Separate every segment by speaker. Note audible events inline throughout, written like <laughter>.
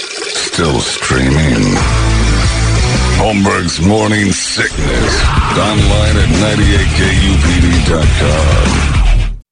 Speaker 1: Still streaming. Holmberg's Morning Sickness. Online at 98kupd.com.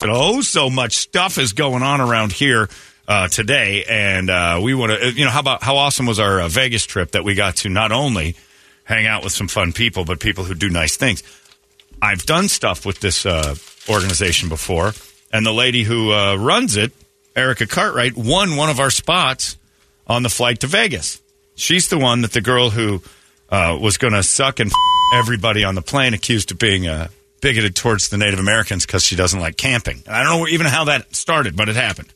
Speaker 2: But oh, so much stuff is going on around here uh, today, and uh, we want to. You know, how about how awesome was our uh, Vegas trip that we got to not only hang out with some fun people, but people who do nice things. I've done stuff with this uh, organization before, and the lady who uh, runs it, Erica Cartwright, won one of our spots on the flight to Vegas. She's the one that the girl who uh, was going to suck and everybody on the plane accused of being uh, bigoted towards the Native Americans because she doesn't like camping. And I don't know even how that started, but it happened.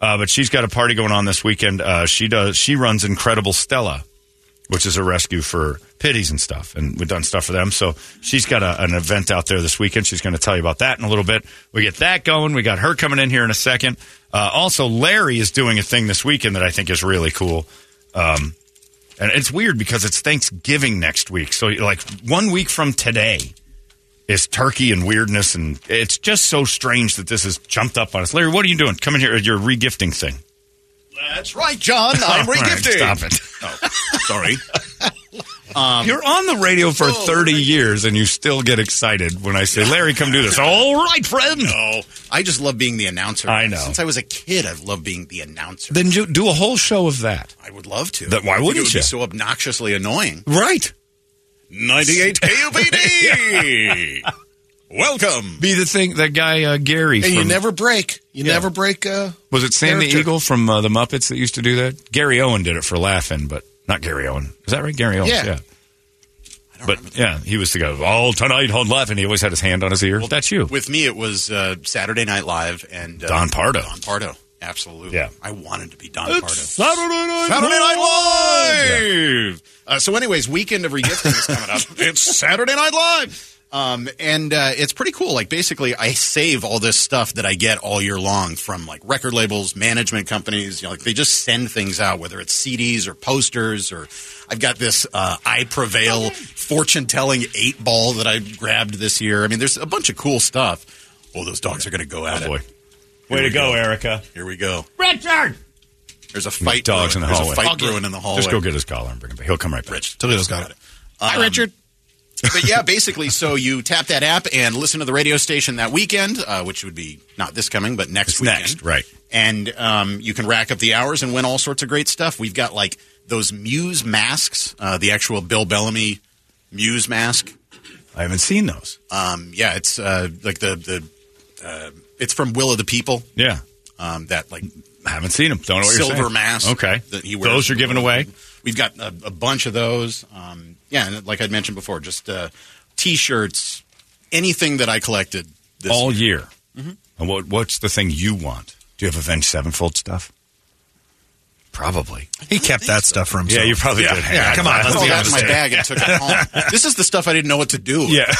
Speaker 2: Uh, but she's got a party going on this weekend. Uh, she does. She runs Incredible Stella, which is a rescue for pitties and stuff, and we've done stuff for them. So she's got a, an event out there this weekend. She's going to tell you about that in a little bit. We get that going. We got her coming in here in a second. Uh, also, Larry is doing a thing this weekend that I think is really cool. Um, and it's weird because it's Thanksgiving next week. So, like, one week from today is turkey and weirdness. And it's just so strange that this has jumped up on us. Larry, what are you doing? Come in here. Your regifting thing.
Speaker 3: That's right, John.
Speaker 2: <laughs>
Speaker 3: I'm
Speaker 2: All right,
Speaker 3: regifting.
Speaker 2: stop it. <laughs>
Speaker 3: Sorry.
Speaker 2: You're on the radio for 30 years and you still get excited when I say, Larry, come do this. All right, friend. No.
Speaker 3: I just love being the announcer.
Speaker 2: I know.
Speaker 3: Since I was a kid, I've loved being the announcer.
Speaker 2: Then ju- do a whole show of that.
Speaker 3: I would love to.
Speaker 2: Then why
Speaker 3: I think
Speaker 2: wouldn't
Speaker 3: it would
Speaker 2: you?
Speaker 3: Be so obnoxiously annoying.
Speaker 2: Right.
Speaker 3: <laughs> 98 KUPD. <laughs> Welcome.
Speaker 2: Be the thing, that guy uh, Gary.
Speaker 4: And you
Speaker 2: from-
Speaker 4: never break. You never break. Uh,
Speaker 2: Was it Sam the
Speaker 4: character.
Speaker 2: Eagle from uh, the Muppets that used to do that? Gary Owen did it for laughing, but not Gary Owen. Is that right? Gary Owen.
Speaker 4: Yeah.
Speaker 2: But yeah, he was the guy. All tonight on laughing. He always had his hand on his ear. That's you.
Speaker 3: With me, it was uh, Saturday Night Live and uh,
Speaker 2: Don Pardo.
Speaker 3: Don Pardo. Absolutely.
Speaker 2: Yeah.
Speaker 3: I wanted to be Don Pardo.
Speaker 2: Saturday Night
Speaker 3: Saturday Night
Speaker 2: Live.
Speaker 3: Live. Uh, so, anyways, weekend of regifting is
Speaker 2: <laughs>
Speaker 3: coming up. It's Saturday Night Live, um, and uh, it's pretty cool. Like basically, I save all this stuff that I get all year long from like record labels, management companies. You know, like they just send things out, whether it's CDs or posters, or I've got this uh, I Prevail fortune telling eight ball that I grabbed this year. I mean, there's a bunch of cool stuff. Oh, those dogs are going to go at
Speaker 2: Oh,
Speaker 3: it.
Speaker 2: boy.
Speaker 3: Here
Speaker 2: Way to
Speaker 3: we
Speaker 2: go, Erica.
Speaker 3: Here we go.
Speaker 2: Richard.
Speaker 3: There's a fight.
Speaker 2: Dogs in
Speaker 3: brewing.
Speaker 2: the
Speaker 3: There's
Speaker 2: hallway.
Speaker 3: A fight brewing in the hallway.
Speaker 2: Just go get his collar and bring him back. He'll come right back.
Speaker 3: Rich.
Speaker 4: Toledo's got it.
Speaker 3: Hi, Richard. Um, <laughs> but yeah, basically, so you tap that app and listen to the radio station that weekend, uh, which would be not this coming, but next
Speaker 2: It's
Speaker 3: weekend.
Speaker 2: next, right.
Speaker 3: And um, you can rack up the hours and win all sorts of great stuff. We've got like those Muse masks, uh, the actual Bill Bellamy Muse mask.
Speaker 2: I haven't seen those.
Speaker 3: Um, yeah, it's uh, like the the uh, it's from Will of the People.
Speaker 2: yeah.
Speaker 3: Um, that like
Speaker 2: I haven't seen them. Don't know what you're
Speaker 3: silver
Speaker 2: saying.
Speaker 3: mask.
Speaker 2: Okay.
Speaker 3: that he wears.
Speaker 2: those you're giving away.
Speaker 3: We've got a, a bunch of those. Um, yeah, and like I mentioned before, just uh, t-shirts, anything that I collected. This
Speaker 2: all year. Mm-hmm. And what what's the thing you want? Do you have Avenged Sevenfold stuff? Probably.
Speaker 4: He kept that stuff for himself.
Speaker 2: yeah, you probably did. Hang
Speaker 4: yeah,
Speaker 2: on.
Speaker 4: come on,
Speaker 3: I put
Speaker 4: let's be
Speaker 3: all that in
Speaker 4: honest
Speaker 3: my
Speaker 4: here.
Speaker 3: bag and took it
Speaker 2: <laughs>
Speaker 3: home. this is the stuff I didn't know what to do. with.
Speaker 2: Yeah.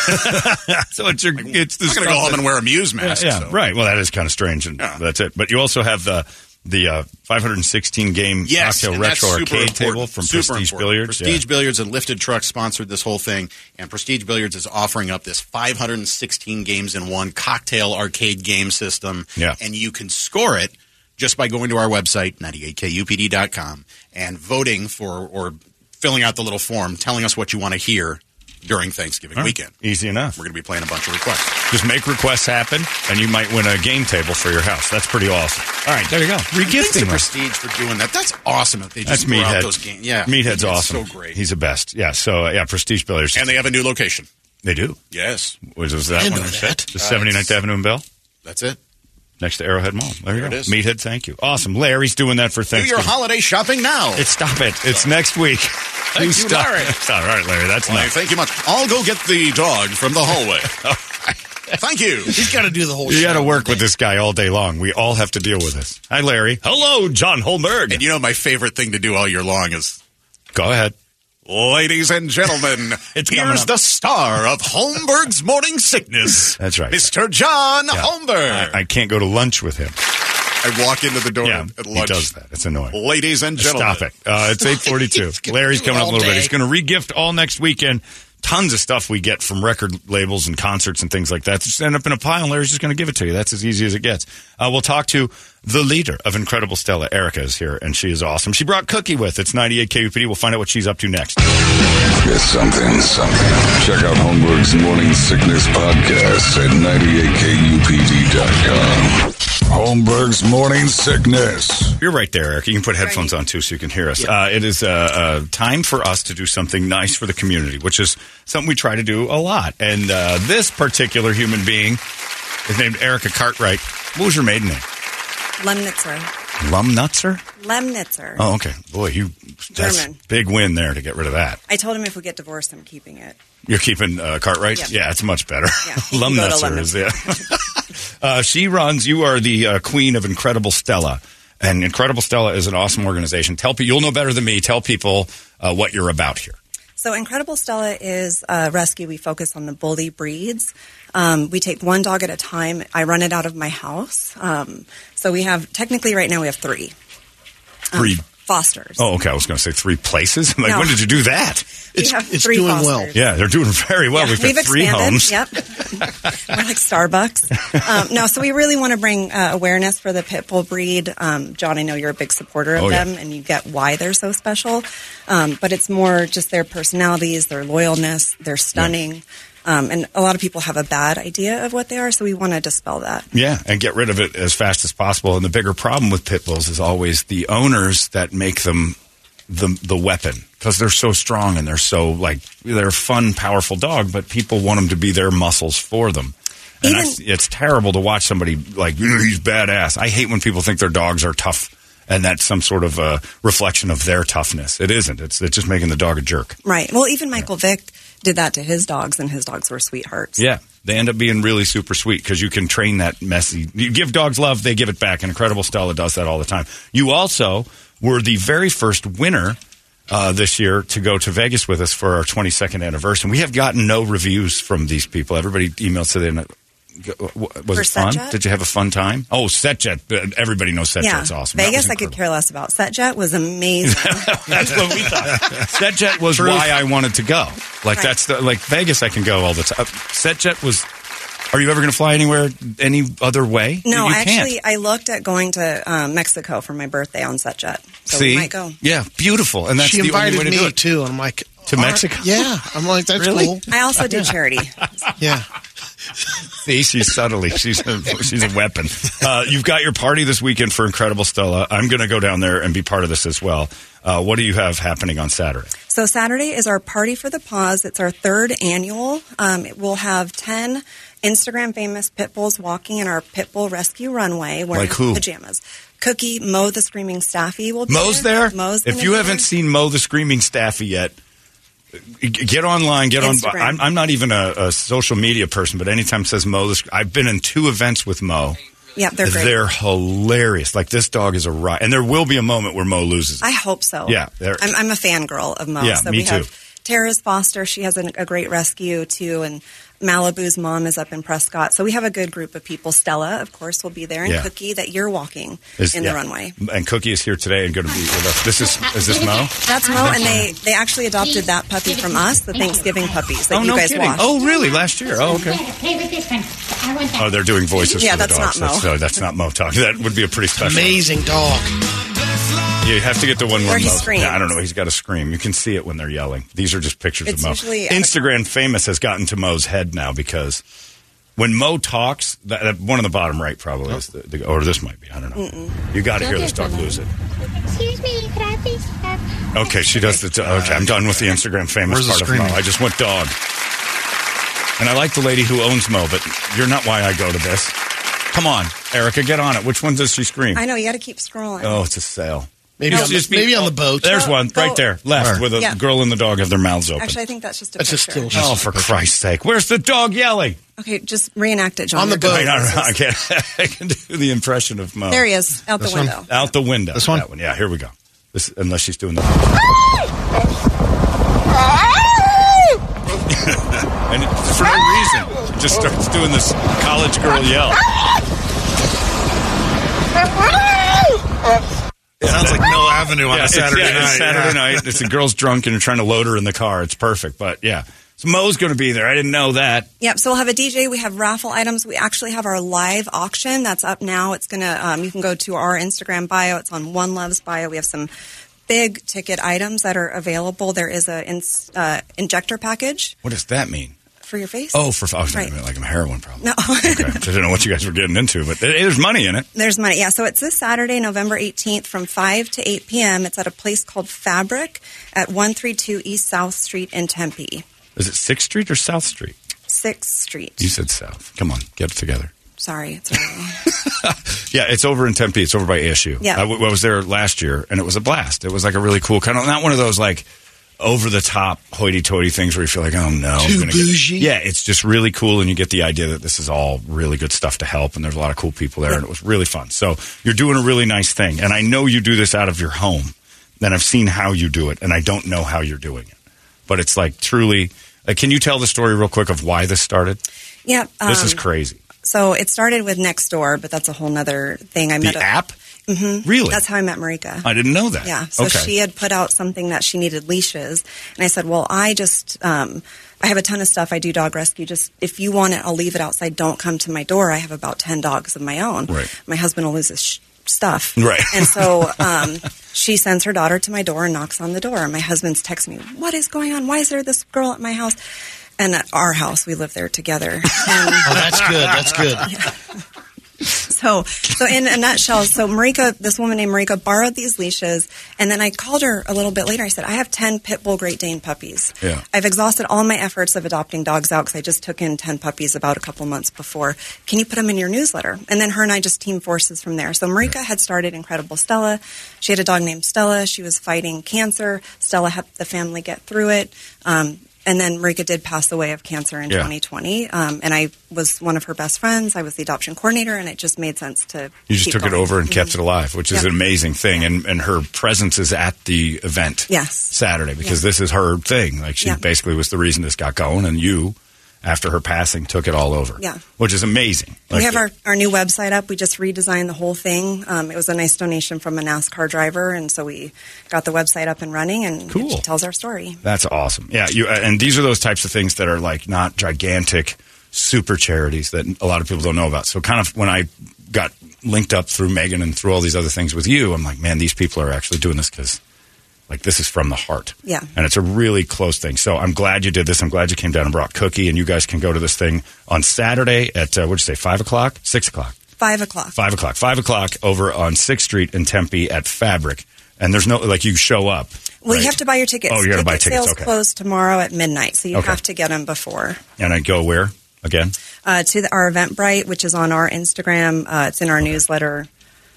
Speaker 2: so it's your it's the
Speaker 3: I'm gonna go
Speaker 2: stuff
Speaker 3: home and
Speaker 2: that-
Speaker 3: wear a Muse mask.
Speaker 2: Yeah,
Speaker 3: so.
Speaker 2: right. Well, that is kind of strange, and that's it. But you also have the the uh, 516 game
Speaker 3: Yes,
Speaker 2: Noctua
Speaker 3: and that's
Speaker 2: retro
Speaker 3: super
Speaker 2: arcade
Speaker 3: important.
Speaker 2: table from
Speaker 3: Super
Speaker 2: Prestige
Speaker 3: important.
Speaker 2: Billiards.
Speaker 3: Prestige
Speaker 2: Yeah.
Speaker 3: Billiards and Lifted Truck sponsored this whole thing, and Prestige Billiards is offering up this 516 games in one cocktail arcade game system.
Speaker 2: Yeah.
Speaker 3: And you can score it just by going to our website, 98kupd.com, and voting for or filling out the little form telling us what you want to hear during Thanksgiving weekend.
Speaker 2: Easy enough.
Speaker 3: We're going to be playing a bunch of requests.
Speaker 2: Just make requests happen, and you might win a game table for your house. That's pretty awesome. All right, there you go.
Speaker 3: Thanks to
Speaker 2: Regifting. list.
Speaker 3: Prestige for doing that. That's awesome. If they
Speaker 2: That's
Speaker 3: just throw out
Speaker 2: Meathead.
Speaker 3: those games. Yeah,
Speaker 2: Meathead's
Speaker 3: It's
Speaker 2: awesome.
Speaker 3: So great.
Speaker 2: He's the best. Yeah. So uh, yeah, Prestige Billiards.
Speaker 3: and they have a new location.
Speaker 2: they do.
Speaker 3: Yes,
Speaker 2: Was, was that
Speaker 4: I
Speaker 2: one?
Speaker 4: know
Speaker 2: I said?
Speaker 4: that.
Speaker 2: The 79th Avenue and Bell
Speaker 3: that's it.
Speaker 2: next to Arrowhead Mall. There you
Speaker 3: There
Speaker 2: go.
Speaker 3: it is.
Speaker 2: Meathead, thank you. Awesome. Larry's doing that for
Speaker 3: Do your
Speaker 2: Thanksgiving.
Speaker 3: holiday shopping now.
Speaker 2: it's stop it. It's next week.
Speaker 3: you,
Speaker 2: stop
Speaker 3: Larry.
Speaker 2: it. All right, Larry. That's
Speaker 3: Why,
Speaker 2: nice. <laughs>
Speaker 3: thank you much. I'll go get the dog from the hallway. Thank you.
Speaker 4: He's got to do the whole.
Speaker 2: You
Speaker 4: show.
Speaker 2: got to work with this guy all day long. We all have to deal with this. Hi, Larry. Hello, John Holmberg.
Speaker 3: And you know, my favorite thing to do all year long is,
Speaker 2: Go ahead.
Speaker 3: ladies and gentlemen,
Speaker 2: <laughs> It's coming
Speaker 3: here's
Speaker 2: up.
Speaker 3: the star of Holmberg's Morning
Speaker 2: <laughs>
Speaker 3: Sickness.
Speaker 2: That's right.
Speaker 3: Mr. John Holmberg.
Speaker 2: I, I can't go to lunch with him.
Speaker 3: I walk into the door
Speaker 2: Yeah,
Speaker 3: at
Speaker 2: he
Speaker 3: lunch.
Speaker 2: does that. It's annoying.
Speaker 3: Ladies and gentlemen.
Speaker 2: Stop it. Uh,
Speaker 3: <laughs>
Speaker 2: it's 842. Larry's coming up a little bit. He's going to regift all next weekend. Tons of stuff we get from record labels and concerts and things like that. Just end up in a pile, and Larry's just going to give it to you. That's as easy as it gets. Uh, we'll talk to the leader of Incredible Stella. Erica is here, and she is awesome. She brought Cookie with. It's 98 KUPD. We'll find out what she's up to next.
Speaker 1: It's something, something. Check out Holmberg's Morning Sickness Podcast at 98kupd.com. Holmberg's Morning Sickness.
Speaker 2: You're right there, Eric. You can put headphones on too, so you can hear us. Uh, it is uh, uh, time for us to do something nice for the community, which is something we try to do a lot. And uh, this particular human being is named Erica Cartwright. What was your maiden name?
Speaker 5: Lemnitzer.
Speaker 2: Lumnutzer.
Speaker 5: Lemnitzer.
Speaker 2: Oh, okay. Boy, you that's
Speaker 5: German.
Speaker 2: big win there to get rid of that.
Speaker 5: I told him if we get divorced, I'm keeping it.
Speaker 2: You're keeping uh, Cartwright.
Speaker 5: Yeah.
Speaker 2: Yeah, it's much better.
Speaker 5: Yeah.
Speaker 2: <laughs> Lumnutzer
Speaker 5: Go to
Speaker 2: is it. <laughs> uh, she runs. You are the uh, queen of Incredible Stella, and Incredible Stella is an awesome organization. Tell people you'll know better than me. Tell people uh, what you're about here.
Speaker 5: So, Incredible Stella is a rescue. We focus on the bully breeds. Um, we take one dog at a time. I run it out of my house. Um, so, we have technically right now we have three
Speaker 2: Three.
Speaker 5: fosters.
Speaker 2: Oh, okay. I was going to say three places. <laughs> I'm like,
Speaker 5: Uh-huh. No.
Speaker 2: when did you do that?
Speaker 5: we
Speaker 4: it's-
Speaker 5: have
Speaker 4: it's
Speaker 5: three
Speaker 4: doing
Speaker 5: fosters.
Speaker 4: well.
Speaker 2: Yeah, they're doing very well. We've got three homes. <laughs>
Speaker 5: Yep, we're like Starbucks. Um, no, so we really want to bring uh, awareness for the pit bull breed. Um, John, I know you're a big supporter of
Speaker 2: Oh, yeah.
Speaker 5: them, and you get why they're so special. Um, but it's more just their personalities, their loyalness, they're stunning. Um, and a lot of people have a bad idea of what they are, so we want to dispel that.
Speaker 2: Yeah, and get rid of it as fast as possible. And the bigger problem with pit bulls is always the owners that make them the the weapon because they're so strong and they're so like they're a fun, powerful dog. But people want them to be their muscles for them. And
Speaker 5: Even-
Speaker 2: I- it's terrible to watch somebody like "You know, he's badass. I hate when people think their dogs are tough. And that's some sort of uh, reflection of their toughness. It isn't. It's, it's just making the dog a jerk.
Speaker 5: Right. Well, even Michael Vick did that to his dogs, and his dogs were sweethearts.
Speaker 2: Yeah. They end up being really super sweet because you can train that messy. You give dogs love, they give it back. And Incredible Stella does that all the time. You also were the very first winner uh, this year to go to Vegas with us for our 22nd anniversary. We have gotten no reviews from these people. Everybody emailed said they was
Speaker 5: For
Speaker 2: it fun?
Speaker 5: Setjet?
Speaker 2: Did you have a fun time? Oh, Setjet. Everybody knows Setjet's
Speaker 5: Yeah,
Speaker 2: awesome. That was
Speaker 5: Vegas, I could
Speaker 2: incredible.
Speaker 5: care less about. Setjet
Speaker 2: <laughs>
Speaker 5: was amazing.
Speaker 2: That's what we thought. Setjet was why I wanted to go. Like
Speaker 5: Right.
Speaker 2: that's the like Vegas. I can go all the time. Setjet was. Are you ever going to fly anywhere any other way?
Speaker 5: No,
Speaker 2: you
Speaker 5: actually,
Speaker 2: Can't.
Speaker 5: I looked at going to um, Mexico for my birthday on SetJet. So
Speaker 2: See,
Speaker 5: we might go.
Speaker 2: yeah, beautiful, and that's
Speaker 4: she
Speaker 2: the only
Speaker 4: invited
Speaker 2: way to do
Speaker 4: me
Speaker 2: it.
Speaker 4: too, and I'm like
Speaker 2: To
Speaker 4: all right,
Speaker 2: Mexico?
Speaker 4: Yeah, I'm like that's
Speaker 2: Really?
Speaker 4: cool.
Speaker 5: I also
Speaker 2: <laughs>
Speaker 5: did charity.
Speaker 4: Yeah,
Speaker 2: See, she's subtly. She's a, she's a weapon. Uh, you've got your party this weekend for Incredible Stella. I'm going to go down there and be part of this as well. Uh, what do you have happening on Saturday?
Speaker 5: So Saturday is our party for the paws. It's our third annual. Um, it will have ten Instagram famous pit bulls walking in our pit bull rescue runway wearing
Speaker 2: Like who?
Speaker 5: pajamas. Cookie, Mo the Screaming Staffy will be
Speaker 2: Mo's there.
Speaker 5: Mo's
Speaker 2: if
Speaker 5: gonna
Speaker 2: you
Speaker 5: be
Speaker 2: haven't
Speaker 5: there.
Speaker 2: seen Mo the Screaming Staffy yet, g- get online. Get
Speaker 5: Instagram.
Speaker 2: on. I'm, I'm not even a, a social media person, but anytime it says Mo, the, Sc- I've been in two events with Mo.
Speaker 5: yeah, they're great.
Speaker 2: hilarious. Like this dog is a riot, and there will be a moment where Mo loses. it.
Speaker 5: I hope so.
Speaker 2: Yeah, they're-
Speaker 5: I'm, I'm a fangirl of Mo.
Speaker 2: Yeah,
Speaker 5: so
Speaker 2: me
Speaker 5: we
Speaker 2: too.
Speaker 5: have Tara's Foster. She has an, a great rescue too, and Malibu's mom is up in Prescott. So we have a good group of people. Stella, of course, will be there, and
Speaker 2: Yeah.
Speaker 5: Cookie that you're walking
Speaker 2: Is-
Speaker 5: in
Speaker 2: yeah.
Speaker 5: the runway.
Speaker 2: And Cookie is here today and going to be with us. This is is this Mo?
Speaker 5: That's Mo, and they they actually adopted that puppy from us, the Thanksgiving puppies that
Speaker 2: oh
Speaker 5: you
Speaker 2: no,
Speaker 5: guys
Speaker 2: kidding!
Speaker 5: watched.
Speaker 2: Oh really? Last year? Oh okay.
Speaker 6: Play with this one. I want that.
Speaker 2: Oh, they're doing voices.
Speaker 5: Yeah,
Speaker 2: for the
Speaker 5: that's
Speaker 2: dogs.
Speaker 5: not Mo.
Speaker 2: That's, no, that's not Mo talking. That would be a pretty special.
Speaker 4: amazing dog.
Speaker 2: You have to get the one where
Speaker 5: Or he
Speaker 2: Mo's-
Speaker 5: screams.
Speaker 2: Yeah, I don't know. He's got to scream. You can see it when they're yelling. These are just pictures
Speaker 5: It's
Speaker 2: of Mo.
Speaker 5: usually-
Speaker 2: Instagram famous has gotten to Mo's head now because when Mo talks, that, that one on the bottom right probably is, the, the, or this might be. I don't know. You got to hear this dog lose it.
Speaker 6: Excuse me, could I please have?
Speaker 2: Okay, she does the. okay, I'm done with the Instagram famous
Speaker 4: Where's
Speaker 2: part
Speaker 4: the
Speaker 2: of Mo.
Speaker 4: screaming?
Speaker 2: I just went dog. And I like the lady who owns Mo, but you're not why I go to this. Come on, Erica, get on it. Which one does she scream?
Speaker 5: I know you got to keep scrolling.
Speaker 2: Oh, it's a sale.
Speaker 4: Maybe
Speaker 2: You'll
Speaker 4: on the-
Speaker 2: just
Speaker 4: maybe on the boat.
Speaker 2: Oh, There's
Speaker 5: Go-
Speaker 2: one right
Speaker 5: go-
Speaker 2: there, left,
Speaker 7: Where?
Speaker 2: with a
Speaker 5: Oh. Yeah.
Speaker 2: girl and the dog have their mouths open.
Speaker 5: Actually, I think that's just a
Speaker 4: That's a
Speaker 5: picture.
Speaker 4: still
Speaker 2: oh, for Christ's sake! Where's the dog yelling?
Speaker 5: Okay, just reenact it, John.
Speaker 4: On the
Speaker 5: You're good.
Speaker 4: boat.
Speaker 2: Wait, I, don't know. I, can, <laughs> I can do the impression of Mo.
Speaker 5: There he is, out the window.
Speaker 2: Out the window.
Speaker 4: This one?
Speaker 2: That one. Yeah, here we go. This, unless she's doing the. and it- for no reason, she just starts doing this college girl
Speaker 4: <laughs>
Speaker 2: yell.
Speaker 8: Sounds like Mill Avenue on
Speaker 2: Yeah,
Speaker 8: a
Speaker 2: it's-
Speaker 8: Saturday
Speaker 2: yeah,
Speaker 8: night.
Speaker 2: it's
Speaker 8: yeah.
Speaker 2: Saturday night. It's a girl's drunk and you're trying to load her in the car. It's perfect. But yeah. So Mo's going to be there. I didn't know that.
Speaker 5: Yep. So we'll have a DJ. We have raffle items. We actually have our live auction that's up now. It's gonna. Um, you can go to our Instagram bio. It's on One Love's bio. We have some big ticket items that are available. There is a ins uh, injector package
Speaker 2: What does that mean?
Speaker 5: for your face.
Speaker 2: Oh, for I was
Speaker 5: Right.
Speaker 2: like a heroin problem.
Speaker 5: No.
Speaker 2: okay. I didn't know what you guys were getting into, but there- there's money in it.
Speaker 5: There's money. Yeah. So it's this Saturday, November 18th from 5 to 8 p.m. It's at a place called Fabric at 132 East South Street in Tempe.
Speaker 2: Is it Sixth Street or South Street?
Speaker 5: 6th Street.
Speaker 2: You said South. Come on, get it together.
Speaker 5: Sorry. It's early.
Speaker 2: Yeah, it's over in Tempe. It's over by ASU.
Speaker 5: Yeah.
Speaker 2: I, w- I was there last year, and it was a blast. It was like a really cool kind of not one of those like over the top hoity toity things where you feel like, oh no, I'm
Speaker 4: Too
Speaker 2: gonna
Speaker 4: bougie?
Speaker 2: Get... Yeah, it's just really cool, and you get the idea that this is all really good stuff to help, and there's a lot of cool people there, and it was really fun. So you're doing a really nice thing, and I know you do this out of your home. Then I've seen how you do it, and I don't know how you're doing it, but it's like truly. Like, can you tell the story real quick of why this started?
Speaker 5: <laughs> yep. Um,
Speaker 2: this is crazy.
Speaker 5: So it started with Nextdoor, but that's a whole nother thing. I met
Speaker 2: The
Speaker 5: a- Mm-hmm.
Speaker 2: app, really?
Speaker 5: That's how I met Marika.
Speaker 2: I didn't know that.
Speaker 5: Yeah. So
Speaker 2: okay.
Speaker 5: she had put out something that she needed leashes. And I said, well, I just, um, I have a ton of stuff. I do dog rescue. Just if you want it, I'll leave it outside. Don't come to my door. I have about 10 dogs of my own.
Speaker 2: Right.
Speaker 5: My husband will lose his sh- stuff.
Speaker 2: Right.
Speaker 5: And
Speaker 2: <laughs>
Speaker 5: so um, she sends her daughter to my door and knocks on the door. And my husband's texting me, what is going on? Why is there this girl at my house? And at our house, we live there
Speaker 2: <laughs>
Speaker 5: together. And
Speaker 4: Oh, that's good. That's good.
Speaker 5: <laughs> so, so in a nutshell, so Marika, this woman named Marika borrowed these leashes, and then I called her a little bit later. I said, I have 10 pit bull Great Dane puppies.
Speaker 2: Yeah.
Speaker 5: I've exhausted all my efforts of adopting dogs out because I just took in 10 puppies about a couple months before. Can you put them in your newsletter? And then her and I just teamed forces from there. So Marika had started Incredible Stella. She had a dog named Stella. She was fighting cancer. Stella helped the family get through it. Um, and then Marika did pass away of cancer in
Speaker 2: Yeah.
Speaker 5: 2020. Um, and I was one of her best friends. I was the adoption coordinator, and it just made sense to.
Speaker 2: You just
Speaker 5: keep
Speaker 2: took it
Speaker 5: going.
Speaker 2: over and kept
Speaker 5: Mhm.
Speaker 2: it alive, which is
Speaker 5: Yeah.
Speaker 2: an amazing thing. And and her presence is at the event.
Speaker 5: Yes.
Speaker 2: Saturday because this is her thing. Like she
Speaker 5: Yeah.
Speaker 2: basically was the reason this got going, and you, after her passing, took it all over.
Speaker 5: Yeah.
Speaker 2: which is amazing.
Speaker 5: we have our, our new website up. We just redesigned the whole thing. Um, it was a nice donation from a NASCAR driver, and so we got the website up and running, and
Speaker 2: Cool.
Speaker 5: it tells our story.
Speaker 2: That's awesome. Yeah, you uh, and these are those types of things that are like not gigantic super charities that a lot of people don't know about. So kind of when I got linked up through Megan and through all these other things with you, I'm like, man, these people are actually doing this because like this is from the heart.
Speaker 5: Yeah.
Speaker 2: And it's a really close thing. So I'm glad you did this. I'm glad you came down and brought Cookie, and you guys can go to this thing on Saturday at uh, what'd you say, five o'clock, six o'clock.
Speaker 5: Five o'clock.
Speaker 2: Five o'clock. Five o'clock over on Sixth Street in Tempe at Fabric. And there's no like you show up.
Speaker 5: Well,
Speaker 2: right?
Speaker 5: you have to buy your tickets.
Speaker 2: Oh, you gotta buy
Speaker 5: Ticket
Speaker 2: tickets,
Speaker 5: Sales
Speaker 2: okay.
Speaker 5: close tomorrow at midnight, so you
Speaker 2: Okay.
Speaker 5: have to get them before.
Speaker 2: and I go where again.
Speaker 5: Uh, to the, our Eventbrite, which is on our Instagram. Uh, it's in our newsletter.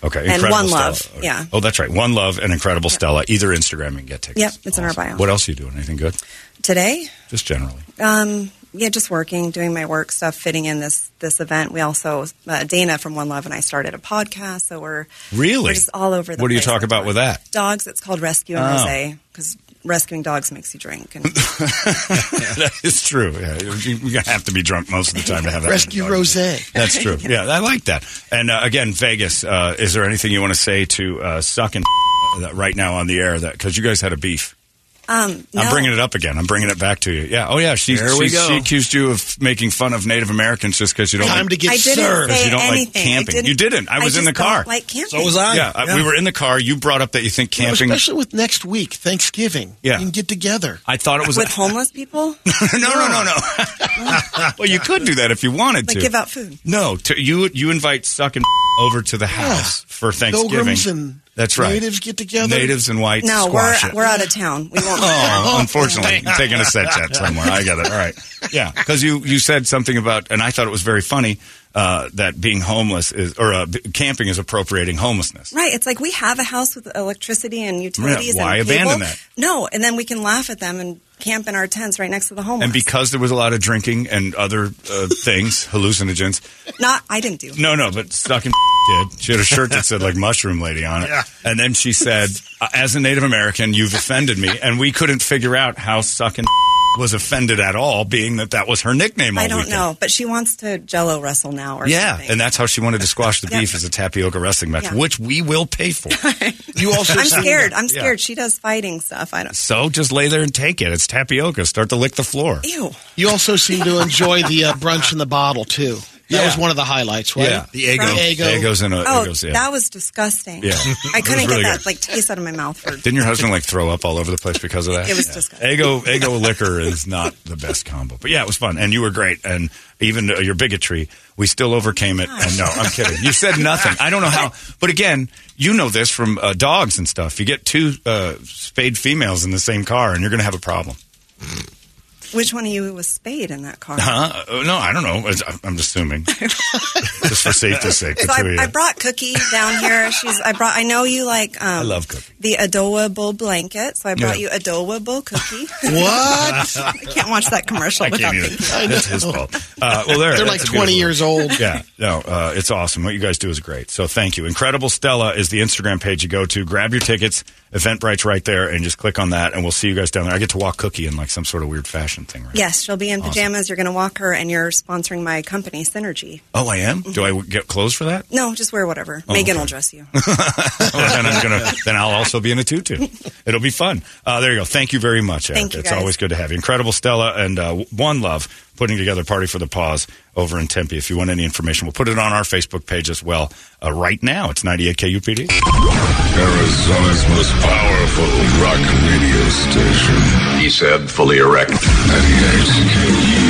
Speaker 2: Okay,
Speaker 5: And
Speaker 2: Incredible
Speaker 5: One
Speaker 2: Stella.
Speaker 5: Love, yeah.
Speaker 2: Oh, that's right. One love and incredible Stella. Either Instagram and get tickets.
Speaker 5: Yep, it's in our bio.
Speaker 2: What else are you doing? Anything good?
Speaker 5: Today,
Speaker 2: Just generally.
Speaker 5: Um, yeah, just working, doing my work stuff, fitting in this this event. We also uh, Dana from One Love and I started a podcast, so we're
Speaker 2: Really?
Speaker 5: we're just all over the.
Speaker 2: What do you
Speaker 5: place.
Speaker 2: talk about with that?
Speaker 5: Dogs. It's called Rescue and
Speaker 2: Oh.
Speaker 5: Rosé because rescuing dogs makes you
Speaker 2: <laughs>
Speaker 5: drink. And um,
Speaker 2: that is true. Yeah, you- you're gonna have to be drunk most of the time to have that.
Speaker 4: Rescue
Speaker 2: kind of dog.
Speaker 4: Rosé. <laughs>
Speaker 2: That's true. Yeah, I like that. And uh, again, Vegas. Uh, is there anything you want to say to uh, suck and <laughs> that right now on the air? That because you guys had a beef.
Speaker 5: um, no,
Speaker 2: I'm bringing it up again. I'm bringing it back to you. Yeah. Oh yeah. She
Speaker 4: There we
Speaker 2: she,
Speaker 4: go.
Speaker 2: she accused you of making fun of Native Americans just because you don't.
Speaker 4: Time
Speaker 2: like-
Speaker 4: to get
Speaker 5: I didn't
Speaker 4: served.
Speaker 5: say
Speaker 2: you don't like
Speaker 5: anything. I
Speaker 2: camping. You didn't. I was in
Speaker 5: just
Speaker 2: the car.
Speaker 5: don't Like camping.
Speaker 4: So was I.
Speaker 2: Yeah, I- we were in the car. You brought up that you think camping.
Speaker 4: Especially with next week, Thanksgiving.
Speaker 2: Yeah.
Speaker 4: You can get together.
Speaker 2: I thought it was
Speaker 5: with homeless people.
Speaker 2: <laughs> no, no, no, no. <laughs> well, you could do that if you wanted
Speaker 5: Like
Speaker 2: to.
Speaker 5: give out food.
Speaker 2: No, to, you you invite suck and <laughs> over to the house for Thanksgiving.
Speaker 4: Pilgrims and
Speaker 2: That's right.
Speaker 4: natives get together.
Speaker 2: Natives and whites.
Speaker 5: No, we're
Speaker 2: squash it.
Speaker 5: we're out of town. We <laughs> won't.
Speaker 2: Oh, unfortunately, I'm taking a set chat somewhere. I got it. All right. Yeah, because you you said something about, and I thought it was very funny uh, that being homeless is or uh, b- camping is appropriating homelessness.
Speaker 5: Right. It's like we have a house with electricity and utilities.
Speaker 2: why
Speaker 5: and cable.
Speaker 2: abandon that?
Speaker 5: No, and then we can laugh at them and camp in our tents right next to the homeless.
Speaker 2: And because there was a lot of drinking and other uh, things, <laughs> hallucinogens.
Speaker 5: not, I
Speaker 2: <laughs>
Speaker 5: didn't do.
Speaker 2: No, no, but stuck in did. She had a shirt that said like mushroom lady on it. And then she said, "Uh, as a Native American, you've offended me. And we couldn't figure out how sucking <laughs> was offended at all, being that that was her nickname all
Speaker 5: I don't
Speaker 2: weekend.
Speaker 5: know, but she wants to Jello wrestle now or
Speaker 2: Yeah,
Speaker 5: something.
Speaker 2: and that's how she wanted to squash the
Speaker 5: Yeah.
Speaker 2: beef as a tapioca wrestling match,
Speaker 5: Yeah.
Speaker 2: which we will pay
Speaker 5: <laughs>
Speaker 2: for.
Speaker 4: You also
Speaker 5: I'm
Speaker 4: seen-
Speaker 5: scared. I'm
Speaker 2: Yeah.
Speaker 5: scared. She does fighting stuff. I don't.
Speaker 2: so just lay there and take it. It's tapioca. Start to lick the floor.
Speaker 5: Ew.
Speaker 4: You also seem to enjoy the uh, brunch in the bottle too. That
Speaker 2: Yeah.
Speaker 4: was one of the highlights, right?
Speaker 2: Yeah.
Speaker 3: The ego.
Speaker 4: Right. Ego.
Speaker 2: Egos and a,
Speaker 5: Oh,
Speaker 2: egos. Yeah.
Speaker 5: that was disgusting.
Speaker 2: Yeah.
Speaker 5: <laughs> I
Speaker 2: It was
Speaker 5: couldn't
Speaker 2: really
Speaker 5: get that
Speaker 2: good.
Speaker 5: like taste out of my mouth for
Speaker 2: Didn't your husband like throw up all over the place because of that?
Speaker 5: It was disgusting.
Speaker 2: Ego, ego liquor is not the best combo, but yeah, it was fun, and you were great, and even uh, your bigotry, we still overcame it. And no, I'm kidding. You said nothing. I don't know how, but again, you know this from uh, dogs and stuff. You get two uh, spayed females in the same car, and you're going to have a problem.
Speaker 5: which one of you was spayed in that car.
Speaker 2: Huh? Uh, no, I don't know. It's- I- I'm
Speaker 5: <laughs>
Speaker 2: assuming. Just for safety's sake. the
Speaker 5: So
Speaker 2: two of
Speaker 5: I,
Speaker 2: you.
Speaker 5: I brought Cookie down here. She's I brought I know you like um, I
Speaker 2: love Cookie.
Speaker 5: the adorable blanket, so I brought
Speaker 2: Yeah.
Speaker 5: you adorable
Speaker 2: <laughs>
Speaker 5: Cookie.
Speaker 4: What?
Speaker 5: I can't watch that commercial
Speaker 2: I
Speaker 5: without
Speaker 2: can't either.
Speaker 5: thinking.
Speaker 2: That's his fault. Uh, well, there,
Speaker 4: <laughs> They're
Speaker 2: that's
Speaker 4: like
Speaker 2: a
Speaker 4: 20
Speaker 2: beautiful-
Speaker 4: years old.
Speaker 2: Yeah, no, uh, it's awesome. What you guys do is great. So thank you. Incredible Stella is the Instagram page you go to. Grab your tickets. Eventbrite's right there, and just click on that, and we'll see you guys down there. I get to walk Cookie in like some sort of weird fashion thing, right?
Speaker 5: Yes, she'll be in
Speaker 2: Awesome.
Speaker 5: pajamas. You're going to walk her, and you're sponsoring my company, Synergy.
Speaker 2: Oh, I am. Do I get clothes for that?
Speaker 5: No, just wear whatever. Megan
Speaker 2: okay.
Speaker 5: will dress you.
Speaker 2: <laughs> Well, then I'm gonna. Then I'll also be in a tutu. It'll be fun. Uh, there you go. Thank you very much. Eric.
Speaker 5: Thank you,
Speaker 2: It's
Speaker 5: guys.
Speaker 2: always good to have you. Incredible Stella and uh, One Love putting together a party for the pause over in Tempe. If you want any information, we'll put it on our Facebook page as well. Uh, right now, it's 98 KUPD.
Speaker 1: Arizona's most powerful rock radio station.
Speaker 9: He said, fully erect.
Speaker 1: 98